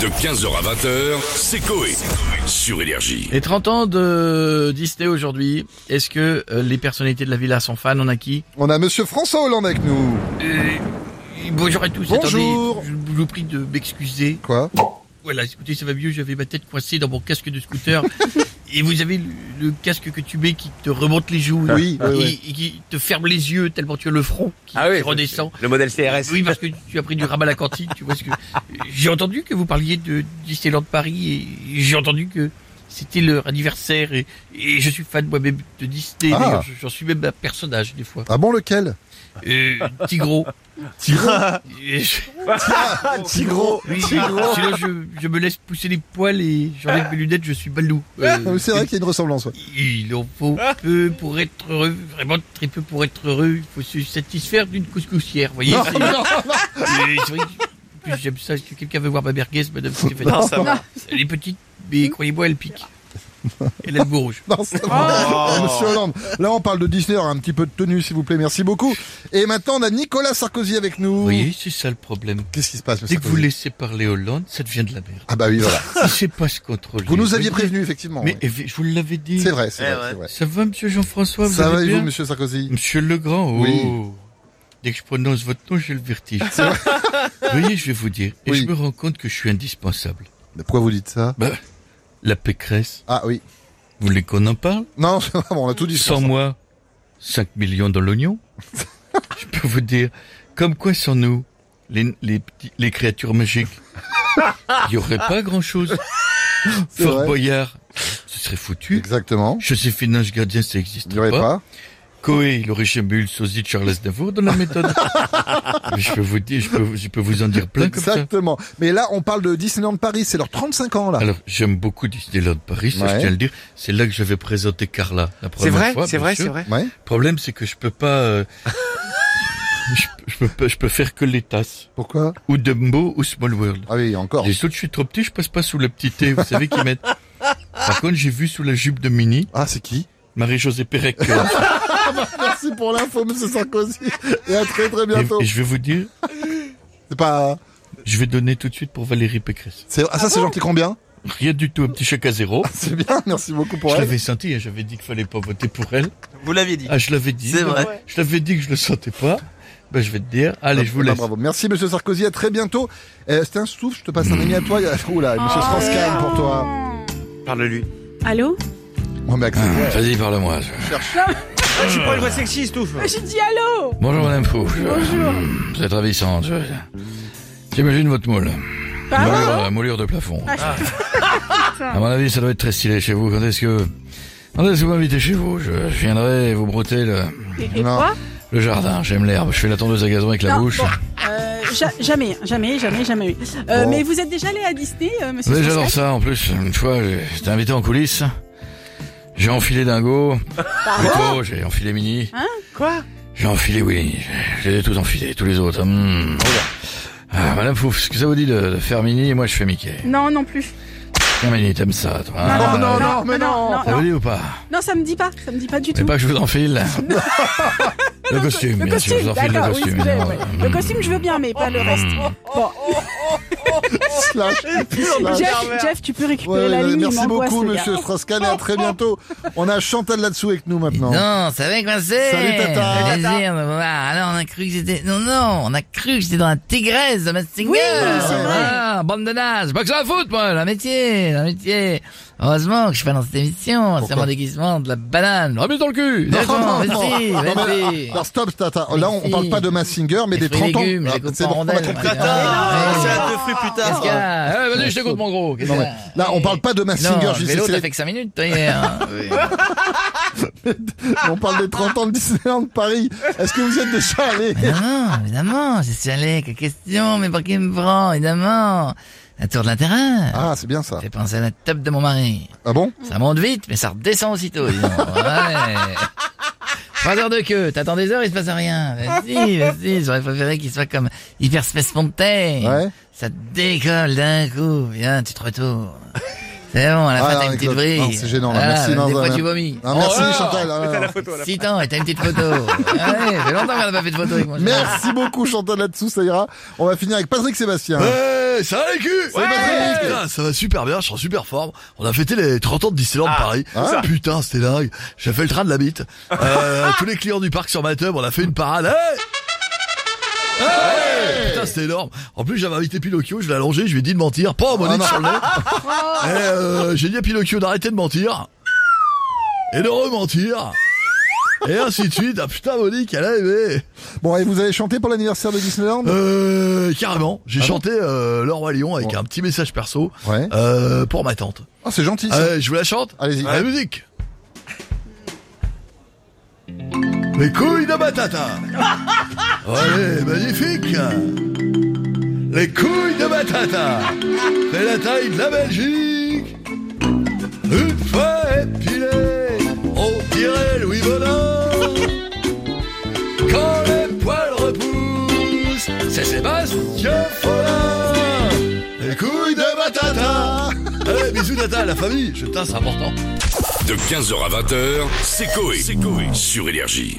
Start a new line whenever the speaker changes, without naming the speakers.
De 15h à 20h, c'est Coé. Sur Énergie.
Les 30 ans de Disney aujourd'hui, est-ce que euh, les personnalités de la villa sont fans On a qui
On a Monsieur François Hollande avec nous.
Euh, Bonjour à tous,
Bonjour.
attendez, je vous prie de m'excuser.
Quoi
Voilà, écoutez, ça va mieux, j'avais ma tête coincée dans mon casque de scooter. Et vous avez le, le casque que tu mets qui te remonte les joues
Oui,
et,
oui, oui.
et qui te ferme les yeux tellement tu as le front qui
Ah oui,
qui redescend.
Le modèle CRS.
Oui, parce que tu as pris du rabat à la cantine, tu vois ce que... J'ai entendu que vous parliez de Disneyland Paris et j'ai entendu que c'était leur anniversaire et, et je suis fan moi-même de Disney.
Ah.
D'ailleurs, J'en suis même un personnage des fois.
Ah bon lequel
Euh, Tigro. Et je-
Tigro.
oui, Sinon, je, je me laisse pousser les poils et j'enlève mes lunettes, je suis Euh, balou.
Ah, mais C'est vrai qu'il y a une ressemblance. ouais.
Il en faut
Ah.
peu pour être heureux, vraiment très peu pour être heureux. Il faut se satisfaire d'une couscoussière, vous voyez.
Non,
c'est- Euh, c'est vrai que- en plus, j'aime ça. Est-ce que quelqu'un veut voir ma merguez, madame Stéphanie
Non, ça va.
Elle est petite, mais croyez-moi, elle pique. Elle a le bout rouge.
Non, c'est
Oh.
vrai. Monsieur Hollande. Là, on parle de Disney. alors Un petit peu de tenue, s'il vous plaît. Merci beaucoup. Et maintenant, on a Nicolas Sarkozy avec nous.
Vous voyez, c'est ça le problème.
Qu'est-ce qui se passe, monsieur
Dès que vous
Sarkozy
laissez parler Hollande, ça devient de la merde.
Ah bah oui, voilà.
Il sait pas se contrôler.
Vous nous aviez
voyez.
prévenu, effectivement.
Mais
oui.
eh, je vous l'avais dit.
C'est vrai, c'est
Eh
vrai,
ouais.
c'est vrai.
Ça va, monsieur Jean-François vous
Ça
allez
va et
bien
vous, monsieur Sarkozy
Monsieur Legrand, oh.
Oui.
Dès que je prononce votre nom, j'ai le vertige. Vous voyez, je vais vous dire. Et
Oui.
je me rends compte que je suis indispensable.
Mais Pourquoi vous dites ça
Bah, la pécresse,
Ah oui.
vous voulez qu'on en parle
Non, bon, on a tout dit.
Sans moi, 5 millions dans l'oignon. je peux vous dire, comme quoi sans nous, les, les, petits- les créatures magiques, il n'y aurait pas grand-chose.
C'est
Fort
vrai.
Boyard, ce serait foutu.
Exactement.
Joséphine Ange Gardien, ça
Il
n'existe
n'y aurait
pas.
pas.
Coé, il aurait jamais eu le sosie de Charles Aznavour dans la méthode. Mais je peux vous dire, je peux, vous- je peux vous en dire plein comme ça.
Exactement. Mais là, on parle de Disneyland Paris. C'est leurs 35 ans, là.
Alors, j'aime beaucoup Disneyland Paris, ça,
Ouais.
je tiens à le dire. C'est là que j'avais présenté Carla la
C'est
première
vrai,
fois.
c'est
bien
vrai,
sûr.
c'est vrai.
Ouais.
Le problème, c'est que je peux pas, euh, je, peux- je peux, pas- je peux faire que les tasses.
Pourquoi
Ou Dumbo ou Small World.
Ah oui,
Oh.
encore.
Les autres, je suis trop petit, je passe pas sous le petit thé, vous savez qu'ils mettent. Par contre, j'ai vu sous la jupe de Mini,
Ah, c'est qui
Marie-Josée Pérec.
Merci pour l'info, monsieur Sarkozy. Et à très très bientôt.
et je vais vous dire,
C'est pas.
je vais donner tout de suite pour Valérie Pécresse.
c'est- Ah, ça, c'est gentil combien
Rien du tout, un petit chèque à zéro.
C'est bien, merci beaucoup pour
Je
elle.
l'avais senti, hein, j'avais dit qu'il fallait pas voter pour elle.
Vous l'aviez dit.
Ah, je l'avais dit.
C'est vrai.
Je l'avais dit que je le sentais pas. Ben, je vais te dire. Allez, je vous
Ah,
laisse.
bravo. Merci, monsieur Sarkozy, à très bientôt. Euh, C'était un souffle, je te passe un ami à toi. Oula,
Oh.
monsieur Strauss-Kahn pour toi.
Parle-lui.
Allô
Oh, mais accélère.
Vas-y, parle-moi.
Je suis pas une voix sexy, Stouff.
J'ai dit allô
Bonjour, madame Fou. Bonjour. Vous êtes ravissante. Je- J'imagine votre moule.
Pardon
Moulure, euh, moulure de plafond.
Ah,
Ah,
À mon avis, ça doit être très stylé chez vous. Quand est-ce que, quand est-ce que vous m'invitez chez vous? Je, je viendrai vous brouter le,
Et, Ah, et
Non.
quoi
le jardin. J'aime l'herbe. Je fais la tondeuse à gazon avec la
Non,
bouche.
bon, euh, ja- jamais, jamais, jamais, jamais. eu. Euh,
Bon.
Mais vous êtes déjà allé à Disney, euh, monsieur
Oui, j'adore
Strauss-Kahn
ça, en plus. Une fois, j'étais invité en coulisses. J'ai enfilé Dingo. Plutôt, j'ai enfilé Mini.
Hein
Quoi
J'ai enfilé Winnie. Je les ai tous enfilés, tous les autres. Hmm.
Oh
Ah, Madame Fouf, ce que ça vous dit de, de faire Mini et moi je fais Mickey.
Non, non plus.
Tiens, Mini, t'aimes ça, toi. hein
Ah. non, non, non, mais non. Ah,
non,
Ça vous
non.
dit ou pas
Non, ça me dit pas, ça me dit pas du
Mais
tout.
pas que je vous enfile. le costume,
le
bien sûr, je vous
costume,
enfile le
d'accord, oui,
costume.
ce que j'avais, ouais.
Hmm.
Le costume, je veux bien, mais pas le
Mm.
reste. Bon,
Slash, slash.
Jeff, Jeff, tu peux récupérer
Ouais,
la hein,
ouais,
ligne, il
merci
m'angoisse,
beaucoup,
le gars.
monsieur Strauss-Kahn, et à très bientôt. On a Chantal là-dessous avec nous maintenant.
Non, ça va quoi c'est
Salut, Tata.
Le
Salut, Tata.
plaisir de vous voir. Alors on a cru que j'étais... Non, non, on a cru que j'étais dans la tigresse de Mastinger
Oui, c'est vrai.
Ah, bande de nazes Pas que ça à foutre, moi Un métier, un métier Heureusement que je suis pas dans cette émission C'est
Pourquoi Oh
mon déguisement de la banane Remets dans le cul
Non,
Directement, Vas-y,
non, mais-
vas-y
alors stop, tata. Là, on
Merci.
parle pas de Massinger, mais des
Les fruits
30
et légumes,
ans.
je
Ah,
les coupe
c'est
en
bon, on a
rondelles,
compris.
mais
Tata,
non.
Ah, c'est à deux fruits plus
Qu'est-ce
tard.
Ah. qu'il y a Eh, Vas-y, je t'écoute, mon gros Qu'est-ce
Non,
qu'il y
mais
a
là, on parle pas de Massinger,
non,
je dis,
le vélo,
c'est
t'as
les-
fait que 5 minutes, toi, hier. Oui.
on parle des 30 ans de Disneyland de Paris. Est-ce que vous y êtes déjà allé
Évidemment, évidemment, je suis allé, quelle question, mais pour qui me prend, évidemment. La tour de l'intérêt.
Ah, c'est bien ça.
Fait penser à la top de mon mari.
Ah bon
Ça monte vite, mais ça redescend aussitôt, dis donc. Ouais. Trois heures de queue, t'attends des heures, il se passe rien. Vas-y, vas-y, j'aurais préféré qu'il soit comme Hyper Space Mountain.
Ouais.
Ça te décolle d'un coup, viens, tu te retournes. C'est bon, à
Ah,
la fin,
non,
t'as une
avec
petite
l'autre.
vrille.
Non, c'est gênant, là.
Ah,
Merci, non,
Des
non,
fois,
non.
tu vomis.
Ah, merci
Oh là
Chantal. Ah,
T'as
non.
la photo là.
6 ans et t'as une petite photo. Ah Ouais,
Ah.
ça fait longtemps qu'on n'a pas fait de photo avec moi.
Merci beaucoup Chantal là-dessous, ça ira. On va finir avec Patrick Sébastien.
Eh,
Ouais, ça va les culs
Patrick.
Putain, ça va super bien, je suis en super forme. On a fêté les 30 ans de Disneyland Paris.
Ah.
Putain, c'était dingue. J'ai fait le train de la bite. Euh, tous les clients du parc sur ma teub, on a fait une parade. Hey Hey Putain, c'était énorme. En plus, j'avais invité Pinocchio, je l'ai allongé, je lui ai dit de mentir. Pas en monnaie sur le nez. Et, euh, J'ai dit à Pinocchio d'arrêter de mentir. Et de rementir. Et ainsi de suite. Ah putain, Monique, elle a aimé.
Bon, et vous avez chanté pour l'anniversaire de Disneyland
Euh, carrément. J'ai chanté euh, Le Roi Lion avec
Ouais.
un petit message perso
Ouais.
euh, pour ma tante.
Ah, c'est gentil ça.
Euh, je vous la chante
Allez-y.
La musique Les couilles de batata Allez, magnifique Les couilles de batata C'est la taille de la Belgique Une fois épilée, on dirait Louis Bonin Quand les poils repoussent, c'est Sébastien Follin Les couilles de batata Allez, bisous Tata, la famille Putain, c'est important
De 15h à 20h, c'est Coé. Sur Énergie.